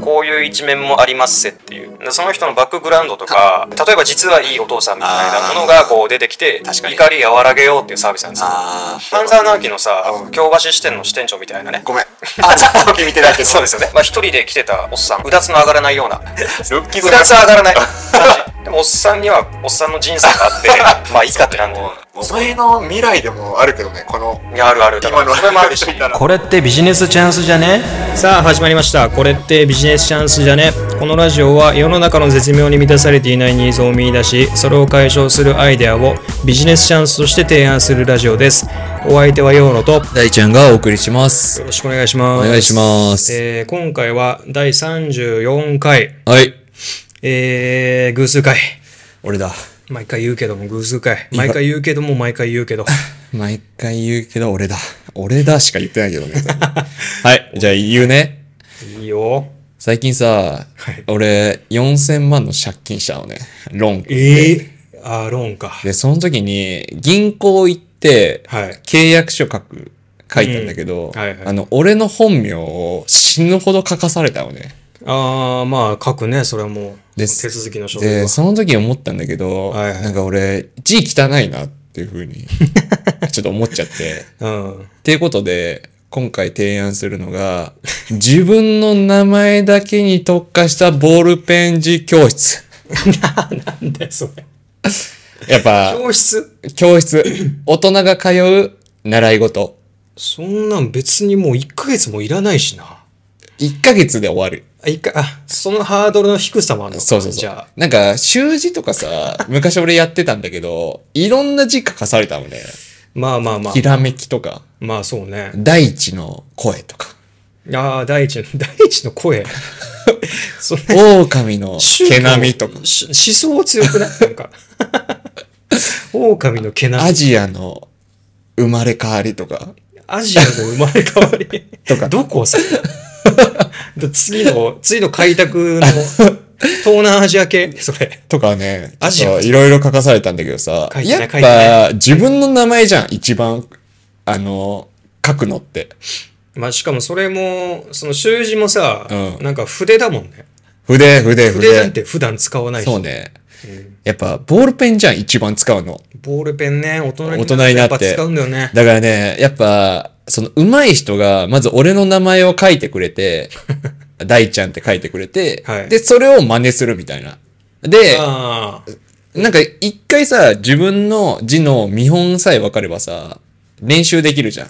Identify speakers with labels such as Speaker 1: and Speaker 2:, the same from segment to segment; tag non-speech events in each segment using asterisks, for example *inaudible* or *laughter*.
Speaker 1: こういう一面もありますせっていうでその人のバックグラウンドとか例えば実はいいお父さんみたいなものがこう出てきて
Speaker 2: 確かに
Speaker 1: 怒り和らげようっていうサービスなんですよ
Speaker 2: あー
Speaker 1: 半沢直樹のさ
Speaker 2: うん
Speaker 1: 京橋支店の支店長みたいなね
Speaker 2: ごめんあちゃんと見てないけ
Speaker 3: *laughs*
Speaker 2: ど
Speaker 1: そうですよねまあ一人で来てたおっさんうだつの上がらないような
Speaker 2: ルッキ
Speaker 1: う
Speaker 2: ーズ
Speaker 1: だつ上がらない感じでもおっさんにはおっさんの人生があってまあいいかってなんで
Speaker 2: お前の未来でもあるけどねこの
Speaker 1: いやあるあるだか
Speaker 2: 今の
Speaker 1: らそれもあるし
Speaker 3: これってビジネスチャンスじゃねさあ始まりましたこれってビジネスチャンスじゃねこのラジオは世の中の絶妙に満たされていないニーズを見出しそれを解消するアイデアをビジネスチャンスとして提案するラジオですお相手はヨーロとよ
Speaker 4: 大ちゃんがお送りします。
Speaker 3: ろしくお願いします
Speaker 4: お願いします
Speaker 3: えー今回は第34回
Speaker 4: はい。
Speaker 3: えー偶数回
Speaker 4: 俺だ。
Speaker 3: 毎回言うけども偶数回毎回言うけども毎回言う
Speaker 4: *laughs*
Speaker 3: けど
Speaker 4: 毎回言うけど俺だ。俺だしか言ってないけどね。 *laughs* はい。じゃあ言うね。
Speaker 3: いいよ
Speaker 4: 最近さ、俺4000万の借金したのね。ローン。
Speaker 3: ええあーローンか
Speaker 4: で、その時に銀行行って、
Speaker 3: はい
Speaker 4: 契約書書く、書いたんだけど、
Speaker 3: うんはいはい
Speaker 4: あの、俺の本名を死ぬほど書かされたのね。
Speaker 3: ああ、まあ、書くね、それはもう。
Speaker 4: で
Speaker 3: 手続きの書類
Speaker 4: で、
Speaker 3: は。
Speaker 4: その時思ったんだけど、
Speaker 3: はいはい
Speaker 4: なんか俺、字汚いなっていうふう *laughs* に、ちょっと思っちゃって。
Speaker 3: うん。
Speaker 4: っていうことで、今回提案するのが、自分の名前だけに特化したボールペン字教室。
Speaker 3: なんだよ、それ。
Speaker 4: やっぱ、
Speaker 3: 教室
Speaker 4: 教室。大人が通う習い事。
Speaker 3: そんなん別にもう1ヶ月もいらないしな。
Speaker 4: 1ヶ月で終わる。
Speaker 3: あ、一回、あ、そのハードルの低さもあるのか
Speaker 4: そうそうそ
Speaker 3: じ
Speaker 4: う
Speaker 3: ゃ。
Speaker 4: なんか、習字とかさ、昔俺やってたんだけど、いろんな字書かされたのね。
Speaker 3: あ、まあまあまあ
Speaker 4: ひ。らめきとか、
Speaker 3: まあそうね。
Speaker 4: 大地の声とか、
Speaker 3: ああ、第一の、 *laughs* 第一の声。それ、
Speaker 4: 狼の毛並みとか、
Speaker 3: し思想強くないなんか。 *laughs* 狼の毛並
Speaker 4: ア
Speaker 3: み。
Speaker 4: ジアの生まれ変わりとか、
Speaker 3: アジアの生まれ変わり。
Speaker 4: *laughs* とか
Speaker 3: どこをさ *laughs* 次の、次の開拓
Speaker 4: *laughs*
Speaker 3: の、東南アジア系それ。
Speaker 4: とかね、
Speaker 3: アジア
Speaker 4: そういろいろ書かされたんだけどさ、
Speaker 3: 書いてね
Speaker 4: やっ
Speaker 3: 書いてね
Speaker 4: ぱ自分の名前じゃん、一番、あの、書くのって。
Speaker 3: まあしかもそれも、その習字もさ、
Speaker 4: うん
Speaker 3: なんか筆だもんね。
Speaker 4: 筆、筆、筆。
Speaker 3: 筆なんて普段使わないし。
Speaker 4: そうね。やっぱボールペンじゃん、一番使うの。
Speaker 3: ボールペンね、大人に
Speaker 4: 大人になって
Speaker 3: やっぱ使うんだよね。
Speaker 4: だからね、やっぱ、その上手い人が、まず俺の名前を書いてく
Speaker 3: *laughs*
Speaker 4: れて、大ちゃんって書いてくれて、
Speaker 3: はい
Speaker 4: で、それを真似するみたいな。で、
Speaker 3: ああ、
Speaker 4: なんか一回さ、自分の字の見本さえ分かればさ、練習できるじゃん。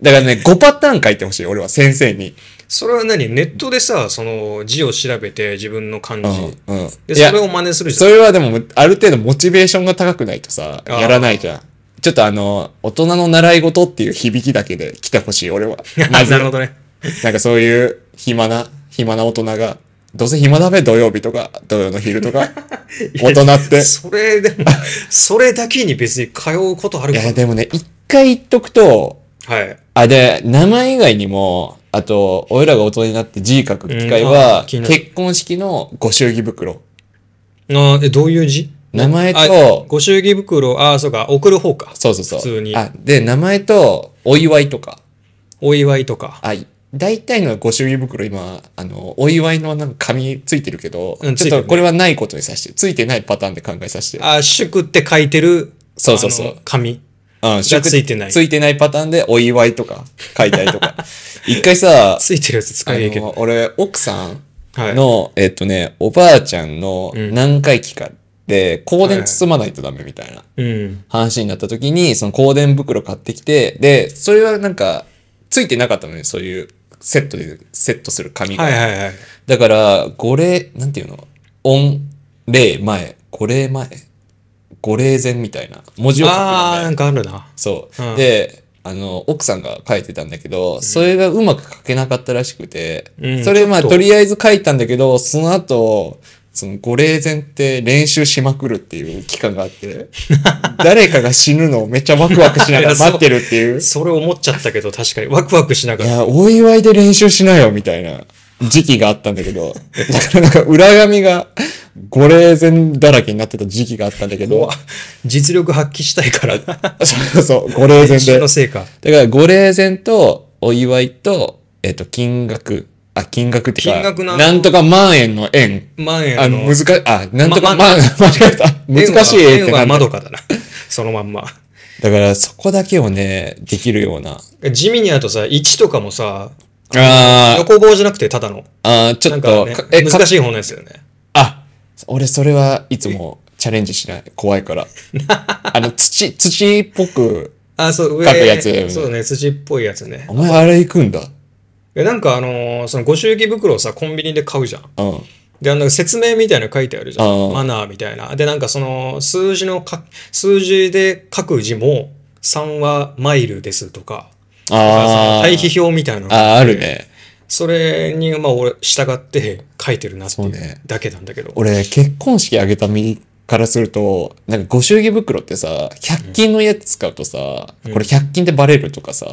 Speaker 4: だからね、5パターン書いてほしい、俺は先生に。
Speaker 3: それは何ネットでさ、その字を調べて自分の漢字。
Speaker 4: うん。うん。
Speaker 3: で、
Speaker 4: いや
Speaker 3: それを真似するじ
Speaker 4: そ
Speaker 3: ゃん。
Speaker 4: れはでも、ある程度モチベーションが高くないとさ、
Speaker 3: あー。
Speaker 4: やらないじゃん。ちょっとあの、大人の習い事っていう響きだけで来てほしい、俺はまず、
Speaker 3: *laughs* なるほどね。
Speaker 4: なんかそういう暇な、暇な大人が、どうせ暇だべ、土曜日とか、土曜の昼
Speaker 3: *laughs*
Speaker 4: とか、大人って。
Speaker 3: それ
Speaker 4: *laughs*
Speaker 3: でも、それだけに別に通うことある
Speaker 4: い
Speaker 3: か
Speaker 4: や、でもね、一回言っとくと、
Speaker 3: はい。
Speaker 4: あ、で、名前以外にも、あと、俺らが大人になって字書く機会
Speaker 3: うんあ
Speaker 4: は、
Speaker 3: ー気になる
Speaker 4: 結婚式のご祝儀袋。
Speaker 3: あーえ、どういう字
Speaker 4: 名前と
Speaker 3: あご祝儀袋、ああ、そうか、送る方か。
Speaker 4: そうそうそう。
Speaker 3: 普通に
Speaker 4: あ、で、名前と、お祝いとか。
Speaker 3: お祝いとか。
Speaker 4: あ、大体のご祝儀袋今、あの、お祝いのなんか紙ついてるけど、
Speaker 3: うんつい
Speaker 4: ち
Speaker 3: て
Speaker 4: ょ
Speaker 3: るね
Speaker 4: っとこれはないことにさして、ついてないパターンで考えさせて。
Speaker 3: あー祝って書いてる、
Speaker 4: そうそうそう
Speaker 3: あの紙。
Speaker 4: うん、祝
Speaker 3: ついてない
Speaker 4: ついてないパターンで、お祝いとか、書いたり
Speaker 3: *laughs*
Speaker 4: とか。一回さ、
Speaker 3: ついてるやつ使
Speaker 4: あ
Speaker 3: えばいいけど。
Speaker 4: の、俺、奥さん、
Speaker 3: はい。
Speaker 4: の、えっとね、おばあちゃんの何回忌かって、香典包まないとダメみたいな
Speaker 3: うん。
Speaker 4: 話になった時に、その香典袋買ってきて、で、それはなんか、ついてなかったのね、そういうセットで、セットする紙が。
Speaker 3: はいはいはい。
Speaker 4: だから、五礼、なんていうの御礼前、五礼前、五礼前みたいな文字を書く
Speaker 3: ああ、
Speaker 4: の
Speaker 3: な
Speaker 4: ね。
Speaker 3: んかあるな。
Speaker 4: そう、
Speaker 3: うん
Speaker 4: で、あの、奥さんが書いてたんだけど、それがうまく書けなかったらしくて、
Speaker 3: うん
Speaker 4: それまあ
Speaker 3: ちょっ
Speaker 4: と
Speaker 3: と
Speaker 4: りあえず書いたんだけど、その後、その五霊前って練習しまくるっていう期間があ
Speaker 3: *laughs*
Speaker 4: って、誰かが死ぬのをめっちゃワクワクしながら待ってるっ
Speaker 3: *laughs*
Speaker 4: ていう。
Speaker 3: それ思っちゃったけど、確かに。ワクワクしなが
Speaker 4: い
Speaker 3: ら。
Speaker 4: や、お祝いで練習しなよ、みたいな時期があったんだけど、だからなんか裏紙が五霊前だらけになってた時期があったんだけど、
Speaker 3: 実力発揮したいからな。
Speaker 4: そうそう、五霊前
Speaker 3: *laughs* 練習
Speaker 4: で
Speaker 3: の。成果。
Speaker 4: だから、ご霊前と、お祝いと、えっ、と、金額、あ、金額ってか、
Speaker 3: 金額なの
Speaker 4: なんとか万円の円。
Speaker 3: 万円の
Speaker 4: あ、難し、あ、なんとか
Speaker 3: ま
Speaker 4: 万、間違えた。難しい円っ
Speaker 3: 円
Speaker 4: て
Speaker 3: は
Speaker 4: 感じ
Speaker 3: 窓かだな。そのまんま。
Speaker 4: だから、そこだけをね、できるような。
Speaker 3: 地味にあとさ、1とかもさ、
Speaker 4: あー
Speaker 3: 横棒じゃなくてただの。
Speaker 4: あー、ちょ
Speaker 3: な
Speaker 4: っ
Speaker 3: んか
Speaker 4: と、
Speaker 3: ね
Speaker 4: かえ、
Speaker 3: 難
Speaker 4: か
Speaker 3: しい方のやつよね。
Speaker 4: あ、俺それはいつもチャレンジしない。怖いから。あの、土、土っぽく、
Speaker 3: あ、そう、上
Speaker 4: 書くやつ
Speaker 3: そうね、土っぽいやつね
Speaker 4: お。前あれ行くんだ。
Speaker 3: えなんかあのーそのご祝儀袋をさ、コンビニで買うじゃん。
Speaker 4: うん。
Speaker 3: で、あの、説明みたいなの書いてあるじゃ
Speaker 4: あー
Speaker 3: ん。マナーみたいな。で、なんかその、数字のか、数字で書く字も、3はマイルですとか、
Speaker 4: ああ。
Speaker 3: 対比表みたいなのが
Speaker 4: あー、
Speaker 3: っ
Speaker 4: あ
Speaker 3: て
Speaker 4: る。ね。
Speaker 3: それに、まあ、俺、従って書いてるなってい
Speaker 4: そう
Speaker 3: う
Speaker 4: ね
Speaker 3: だけなんだけど。
Speaker 4: 俺、結婚式あげた身からすると、なんかご祝儀袋ってさ、100均のやつ使うとさ、これ100均でバレるとかさ、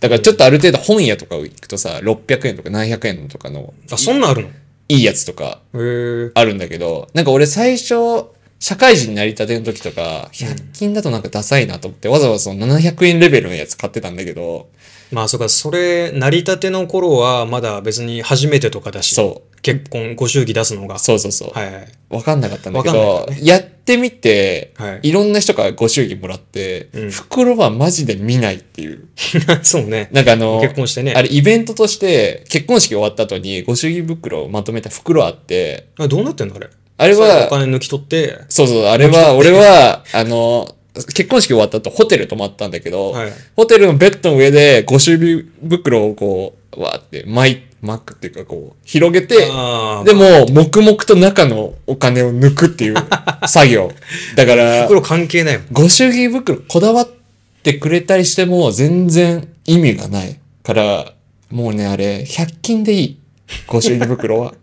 Speaker 4: だからちょっとある程度本屋とか行くとさ、600円とか700円とかの
Speaker 3: あ、そんなんあるのへ
Speaker 4: いいやつとか
Speaker 3: え。
Speaker 4: あるんだけど、なんか俺最初、社会人になりたての時とか、100均だとなんかダサいなと思って、わざわざその700円レベルのやつ買ってたんだけど、
Speaker 3: まあそうか、それ、成り立ての頃は、まだ別に初めてとかだし、
Speaker 4: そ
Speaker 3: 結婚、ご祝儀出すのが。
Speaker 4: そうそうそう。
Speaker 3: はいはい。
Speaker 4: わかんなかったんだけ
Speaker 3: わかん
Speaker 4: ど、
Speaker 3: ない
Speaker 4: やってみて、
Speaker 3: はい
Speaker 4: い、ろんな人からご祝儀もらって、
Speaker 3: うん
Speaker 4: 袋はマジで見ないっていう。
Speaker 3: *laughs* そうね。
Speaker 4: なんかあの、
Speaker 3: 結婚してね
Speaker 4: あれイベントとして、結婚式終わった後にご祝儀袋をまとめた袋あって、
Speaker 3: あどうなってんのあれ。
Speaker 4: あれ
Speaker 3: それお
Speaker 4: は、
Speaker 3: 金抜き取って、
Speaker 4: そうそう、あれは、俺は、あの、結婚式終わった後ホテル泊まったんだけど、
Speaker 3: はい
Speaker 4: ホテルのベッドの上でご祝儀袋をこう、わーって巻い、巻くっていうかこう、広げて、
Speaker 3: あー
Speaker 4: でも、黙々と中のお金を抜くっていう作業。
Speaker 3: *laughs*
Speaker 4: だから、
Speaker 3: 袋関係ないもん。
Speaker 4: ご祝儀袋こだわってくれたりしても全然意味がない。から、もうね、あれ、100均でいい。ご祝儀袋は。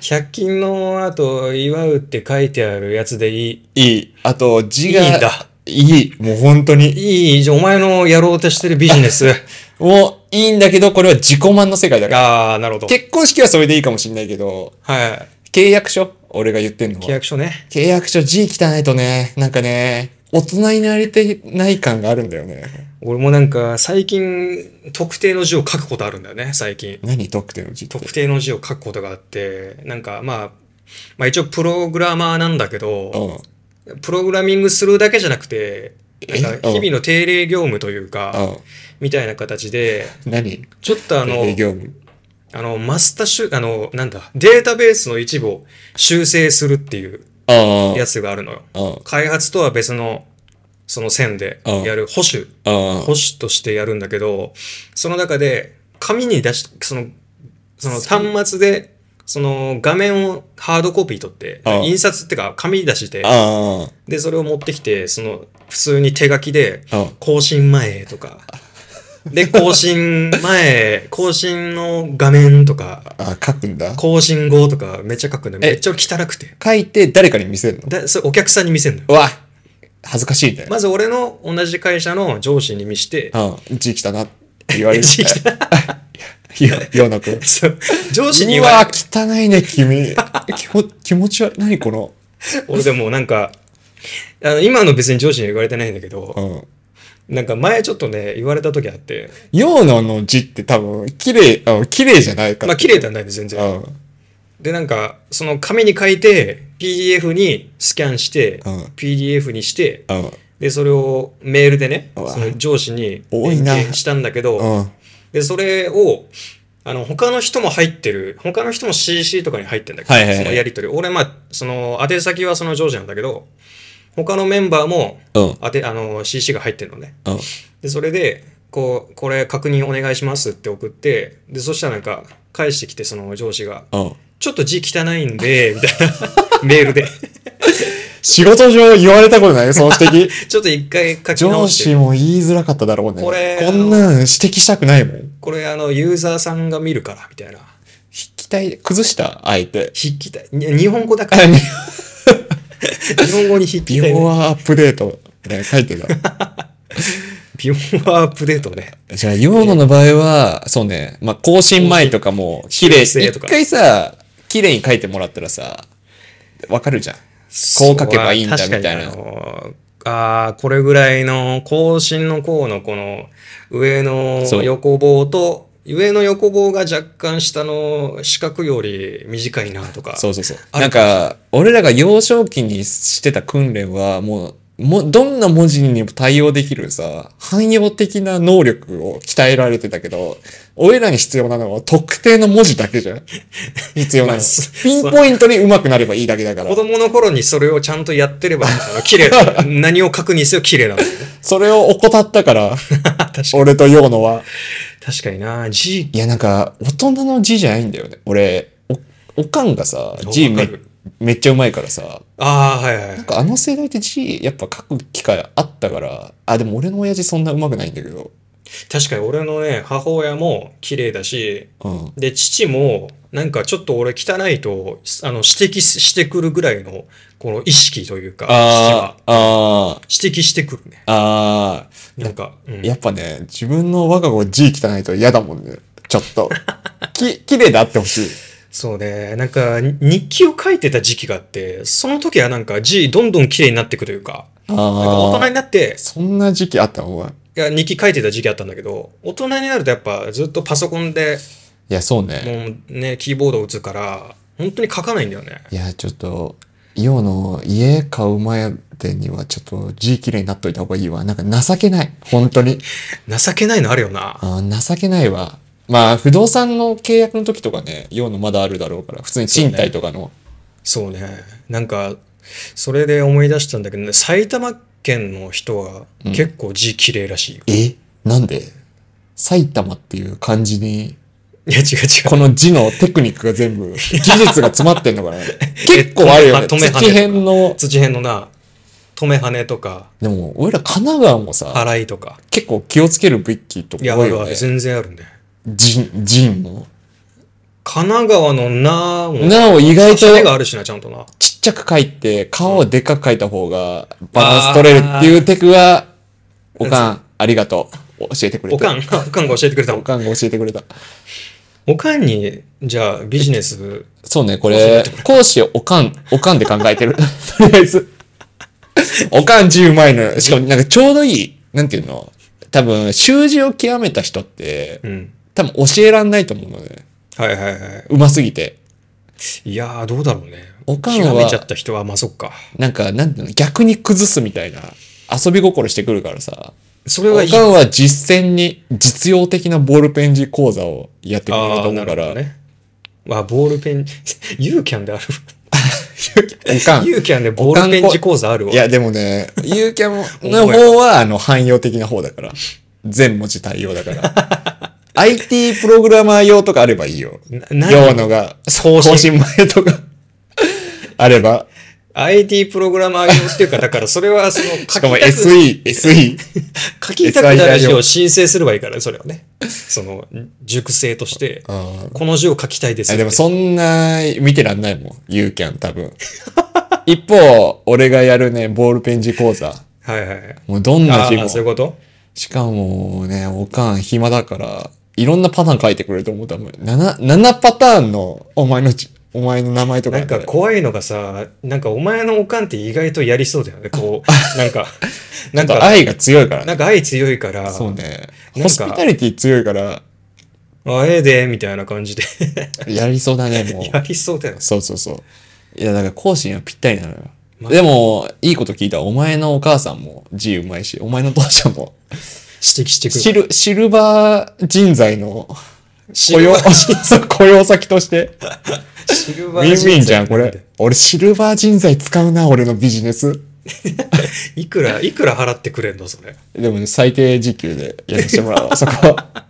Speaker 3: 100均の後、祝うって書いてあるやつでいい。
Speaker 4: いい。あと、字が。
Speaker 3: いいんだ。
Speaker 4: いい。もう本当に。
Speaker 3: いい、じゃあお前のやろうとしてるビジネ
Speaker 4: *laughs*
Speaker 3: ス。
Speaker 4: もういいんだけど、これは自己満の世界だから。
Speaker 3: ああ、なるほど。
Speaker 4: 結婚式はそれでいいかもしんないけど、
Speaker 3: はい。
Speaker 4: 契約書俺が言ってんのは。
Speaker 3: 契約書ね。
Speaker 4: 契約書字汚いとね、なんかね、大人になりてない感があるんだよね。
Speaker 3: 俺もなんか、最近、特定の字を書くことあるんだよね、最近。
Speaker 4: 何特定の字って。
Speaker 3: 特定の字を書くことがあって、なんかまあ、まあ一応プログラマーなんだけ
Speaker 4: う
Speaker 3: ど、
Speaker 4: ん。
Speaker 3: プログラミングするだけじゃなくて、
Speaker 4: え
Speaker 3: なんか日々の定例業務というか、
Speaker 4: う
Speaker 3: みたいな形で、
Speaker 4: ん。何
Speaker 3: ちょっとあの、
Speaker 4: 営業部。
Speaker 3: あの、マスターしゅ、あの、なんだ、データベースの一部を修正するっていう
Speaker 4: あ
Speaker 3: やつがあるのよ。
Speaker 4: あ。うん。
Speaker 3: 開発とは別の、その線で
Speaker 4: うん
Speaker 3: やる保守、
Speaker 4: あ
Speaker 3: 保守としてやるんだけど、その中で、紙に出し、その、その端末で、その画面をハードコピー取って
Speaker 4: うん、
Speaker 3: 印刷ってか紙に出して
Speaker 4: あ。、あ
Speaker 3: で、それを持ってきて、その、普通に手書きで、
Speaker 4: あ。
Speaker 3: 更新前とか。で、更新前、 *laughs* 更新の画面とか、
Speaker 4: あ、書くんだ。
Speaker 3: 更新後とかめっちゃ書くんだ
Speaker 4: え
Speaker 3: めっちゃ汚くて。
Speaker 4: 書いて誰かに見せるの
Speaker 3: で、それお客さんに見せるのよ。
Speaker 4: うわ恥ずかしいね。
Speaker 3: まず俺の同じ会社の上司に見して、
Speaker 4: うん。字汚なって言わ
Speaker 3: *laughs*
Speaker 4: れる。
Speaker 3: 字
Speaker 4: *laughs*
Speaker 3: 汚
Speaker 4: い。よ、ようなくん。う
Speaker 3: そう上司に言わ
Speaker 4: わ汚いね、君。 *laughs* 気も気持ち悪い。何この。
Speaker 3: 俺でもなんか、あの今の別に上司には言われてないんだけど、
Speaker 4: うん。
Speaker 3: なんか前ちょっとね、言われた時あって、
Speaker 4: ようなの字って多分、綺麗、あ綺麗じゃないから。
Speaker 3: まあ綺麗ではないです、全然。
Speaker 4: うん。
Speaker 3: で、なんか、その紙に書いて、PDF にスキャンして、
Speaker 4: うん
Speaker 3: PDF にして、
Speaker 4: うん。
Speaker 3: で、それをメールでね、
Speaker 4: うわ
Speaker 3: その上司に
Speaker 4: 多いな
Speaker 3: 連携したんだけど、
Speaker 4: うん。
Speaker 3: で、それを、あの、他の人も入ってる、他の人も CC とかに入ってんだけど、
Speaker 4: はいはいはい
Speaker 3: そのやりとり。俺、まあ、その、宛先はその上司なんだけど、他のメンバーも、
Speaker 4: うん。
Speaker 3: あて、あの、CC が入ってるのね。
Speaker 4: うん。
Speaker 3: で、それで、こう、これ確認お願いしますって送って、で、そしたらなんか、返してきて、その上司が、
Speaker 4: うん。
Speaker 3: ちょっと字汚いんで、みたいな、メールで。
Speaker 4: 仕事上言われたこと
Speaker 3: *laughs*
Speaker 4: ないその指摘。
Speaker 3: ちょっと一回書き直
Speaker 4: 上
Speaker 3: して
Speaker 4: 司も言いづらかっただろうね。
Speaker 3: これ
Speaker 4: こんなん指摘したくないもん。引
Speaker 3: これあの、ユーザーさんが見るから、みたいな。
Speaker 4: きたい、崩した相手。
Speaker 3: 筆記体、に日本語だ
Speaker 4: あ
Speaker 3: から、
Speaker 4: に
Speaker 3: 日本語に筆記
Speaker 4: ビフ
Speaker 3: 体、
Speaker 4: ォーアップデートみたいな書
Speaker 3: *laughs*
Speaker 4: いてた。
Speaker 3: ビフォーアップデートね。
Speaker 4: じゃあ、ヨーノの場合は、そうね、まあ、更新前とかも、綺麗、
Speaker 3: 修正
Speaker 4: 一
Speaker 3: とか
Speaker 4: 回さ、綺麗に書いてもらったらさ、わかるじゃん。こう書けばいいんだみたい
Speaker 3: そ
Speaker 4: な
Speaker 3: う確かにあのあーこれぐらいの、更新の項のこの、上の
Speaker 4: そう
Speaker 3: 横棒と、上の横棒が若干下の四角より短いなとか。
Speaker 4: そうそうそう。
Speaker 3: ある
Speaker 4: なんか、俺らが幼少期にしてた訓練は、もう、も、どんな文字にも対応できるさ、汎用的な能力を鍛えられてたけど、俺らに必要なのは特定の文字だけじ
Speaker 3: *laughs*
Speaker 4: ゃん。必要な
Speaker 3: まあ
Speaker 4: の
Speaker 3: そ。
Speaker 4: ピンポイントに上手くなればいいだけだから
Speaker 3: 子。供の頃にそれをちゃんとやってれば、あの綺麗
Speaker 4: *laughs*
Speaker 3: だ。何を書くにせよ綺麗なんだよね。
Speaker 4: それを怠っ
Speaker 3: *laughs*
Speaker 4: たから、俺と陽野は。
Speaker 3: 確かにな。G
Speaker 4: いや、なんか、大人の字じゃないんだよね。俺、お、おかんがさ、字
Speaker 3: わ
Speaker 4: め
Speaker 3: かる
Speaker 4: めっちゃうまいからさ、
Speaker 3: ああ、はいはい
Speaker 4: なん。かあの世代って字やっぱ書く機会あったから、あ、でも俺の親父そんな上手くないんだけど、
Speaker 3: 確かに俺のね、母親も綺麗だし、
Speaker 4: うん。
Speaker 3: で、父も、なんかちょっと俺汚いと、あの、指摘ししてくるぐらいの、この意識というか、父は
Speaker 4: ああ、あ
Speaker 3: 指摘してくるね。
Speaker 4: あ、あ
Speaker 3: なんか、うん
Speaker 4: あ、やっぱね、自分の我が子字汚いと嫌だもんね。ちょっと。き、綺麗であってほしい。
Speaker 3: そうね。なんか、に日記を書いてた時期があって、その時はなんか字どんどん綺麗になってくというか、 *laughs* なんか大人
Speaker 4: ああ、
Speaker 3: になって、
Speaker 4: そんな時期あったお前。い
Speaker 3: いや日記書いてた時期あったんだけど、大人になるとやっぱずっとパソコンで、
Speaker 4: や、そうね。
Speaker 3: もうね、キーボードを打つから、本当に書かないんだよね。
Speaker 4: いや、ちょっと、ようの家買う前までにはちょっと字綺麗になっといた方がいいわ。なんか情けない。本当に。
Speaker 3: 情けないのあるよな。
Speaker 4: あー情けないわ。まあ、不動産の契約の時とかね、用のまだあるだろうから、普通に賃貸とかの。
Speaker 3: そうね。なんか、それで思い出したんだけど、ね、埼玉県の人は結構字綺麗らしいよ。
Speaker 4: えなんで埼玉っていう漢字に、
Speaker 3: いや、違う違う。
Speaker 4: この字のテクニックが全部、技術が詰まって
Speaker 3: *laughs*
Speaker 4: んのかな結構あるよね。
Speaker 3: 止め止め跳ねとか
Speaker 4: 土辺の。
Speaker 3: 土辺のな、止め跳ねとか、
Speaker 4: でも、俺ら神奈川もさ、
Speaker 3: 払いとか。
Speaker 4: 結構気をつけるべきとこ
Speaker 3: い
Speaker 4: 多い
Speaker 3: や、ある
Speaker 4: よ
Speaker 3: あ
Speaker 4: ね
Speaker 3: る、。全然あるんだよ。
Speaker 4: 人、人も。
Speaker 3: 神奈川のなも、
Speaker 4: なお、意外と
Speaker 3: 羽があるしな、ちゃんとな。
Speaker 4: ちっちゃく書いて、顔をでっかく書いた方が、バランス取れるっていうテクは、おかん、ありがとう。教えてくれ
Speaker 3: お
Speaker 4: て。
Speaker 3: かん、お *laughs* かんが教えてくれたも
Speaker 4: お
Speaker 3: ん。
Speaker 4: かんが教えてくれた。
Speaker 3: おかんに、じゃあ、ビジネス、
Speaker 4: そうね、これ、講師をおかん、おかんで考えてる。 *laughs* とりあえず。おかん10枚の、しかもなんかちょうどいい、なんていうの多分、習字を極めた人って、
Speaker 3: うん。
Speaker 4: 多分教えらんないと思うのね。
Speaker 3: はいはいは
Speaker 4: うますぎて。
Speaker 3: い。いやー、どうだろうね。
Speaker 4: おかん
Speaker 3: 極めちゃっ
Speaker 4: は、
Speaker 3: た人は、まあ、そっか。
Speaker 4: なんか、なんていうの逆に崩すみたいな、遊び心してくるからさ。
Speaker 3: それ
Speaker 4: お
Speaker 3: はいい。
Speaker 4: かんは実践に、実用的なボールペン字講座をやってくれる
Speaker 3: あ
Speaker 4: と
Speaker 3: あ、
Speaker 4: 思
Speaker 3: な
Speaker 4: う
Speaker 3: るほ
Speaker 4: か
Speaker 3: ど
Speaker 4: ら、
Speaker 3: ね。まあ、ボールペン、 *laughs* ユーキャンである。
Speaker 4: おかん。
Speaker 3: ユーキャンでボールペン字講座あるわ。
Speaker 4: いや、でもね、ユーキャ
Speaker 3: *laughs*
Speaker 4: ンの方は、あの、汎用的な方だから。全文字対応だから。IT
Speaker 3: *laughs*
Speaker 4: プログラマー用とかあればいいよ。
Speaker 3: な何
Speaker 4: 用のが、更
Speaker 3: 新
Speaker 4: 新前とか、あれば。
Speaker 3: IT プログラマー用っていうか、だ
Speaker 4: *laughs*
Speaker 3: からそれはその書
Speaker 4: しかも
Speaker 3: きたく、
Speaker 4: SE、SE。
Speaker 3: *laughs* 書きたくなる字を申請すればいいからね、それはね。その、熟成として、
Speaker 4: うん
Speaker 3: この字を書きたいです
Speaker 4: あ
Speaker 3: って。
Speaker 4: でもそんな、見てらんないもん。ユーキャン多分。 *laughs* 一方、俺がやるね、ボールペン字講座。
Speaker 3: はいはい。
Speaker 4: もうどんな
Speaker 3: あ
Speaker 4: 字
Speaker 3: あ、
Speaker 4: も
Speaker 3: そういう。こと
Speaker 4: しかもね、おかん暇だから、いろんなパターン書いてくれると思う。多分7、7パターンの、お前のち、お前の名前とか、
Speaker 3: なん
Speaker 4: ね。
Speaker 3: か怖いのがさ、なんかお前のおかんって意外とやりそうだよね。こう、なん
Speaker 4: *laughs*
Speaker 3: か、なん
Speaker 4: なんか
Speaker 3: か、
Speaker 4: 愛が強いから
Speaker 3: な
Speaker 4: ね。
Speaker 3: んか愛強いから、
Speaker 4: そうね。
Speaker 3: なんか
Speaker 4: ホスピタリティ強いから、
Speaker 3: あ、ええで、みたいな感じで。
Speaker 4: やりそうだね、も
Speaker 3: *laughs* や
Speaker 4: う。
Speaker 3: りそうだよね。
Speaker 4: そうそうそう。いや、だから、講師にはぴったりなのよ。でも、いいこと聞いた。お前のお母さんも字うまいし、お前の父ちゃんも、
Speaker 3: 指摘してくる。
Speaker 4: シル、シルバー人材の
Speaker 3: シ
Speaker 4: 雇
Speaker 3: ル
Speaker 4: 用
Speaker 3: バ、ー
Speaker 4: そう雇用 *laughs* 先として。
Speaker 3: シル
Speaker 4: ウ
Speaker 3: バー
Speaker 4: ィンウ
Speaker 3: 人材
Speaker 4: ィンじゃん、これ。俺、シルバー人材使うな、俺のビジネス。
Speaker 3: *laughs* いくら、いくら払ってくれんのそれ。
Speaker 4: でもね、最低時給でやらせてもら
Speaker 3: *laughs*
Speaker 4: うわ、そこは。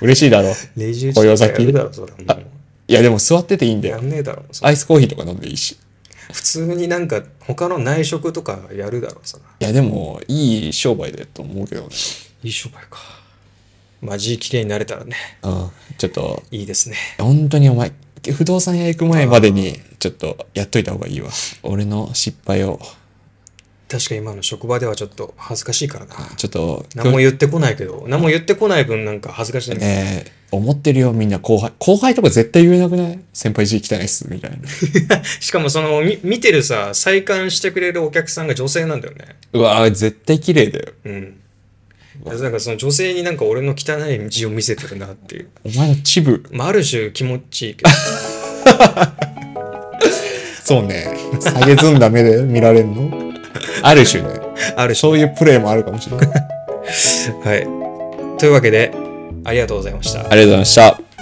Speaker 4: 嬉しいだろ。
Speaker 3: レジ打ち
Speaker 4: 雇用
Speaker 3: とかや
Speaker 4: 先
Speaker 3: る。だろ、それはも
Speaker 4: いや、でも座ってていいん
Speaker 3: う。
Speaker 4: だ
Speaker 3: や
Speaker 4: よ。
Speaker 3: んねえだろ。そ
Speaker 4: ア
Speaker 3: れ
Speaker 4: イスコーヒーとか飲んでいいし。
Speaker 3: 普通になんか、他の内職とかやるだろ、それ。
Speaker 4: いや、でも、いい商売だと思うけどね。
Speaker 3: いい商売か。まあ、字綺麗になれたらね、
Speaker 4: うん。ちょっと、
Speaker 3: いいですね。
Speaker 4: 本当にお前、不動産屋行く前までに、ちょっと、やっといた方がいいわ。俺の失敗を、
Speaker 3: 確か今の職場ではちょっと恥ずかしいからな。
Speaker 4: ちょっと、
Speaker 3: 何も言ってこないけど、何も言ってこない分なんか恥ずかしいね。
Speaker 4: ねえ、思ってるよ、みんな後輩。後輩とか絶対言えなくない先輩字汚いっす、みたいな。 *laughs*
Speaker 3: しかもその、み見てるさ、再観してくれるお客さんが女性なんだよね。
Speaker 4: うわぁ、絶対綺麗だよ。
Speaker 3: うん。なんかその女性になんか俺の汚い字を見せてるなっていう。
Speaker 4: お前のチブ。
Speaker 3: まあ、ある種気持ちい *laughs* いけど。
Speaker 4: そうね。下げずんだ目で見られんの *laughs* ある種ね。
Speaker 3: ある種。
Speaker 4: そういうプレイもあるかもしれない。 *laughs*
Speaker 3: はい。というわけで、ありがとうございました。
Speaker 4: ありがとうございました。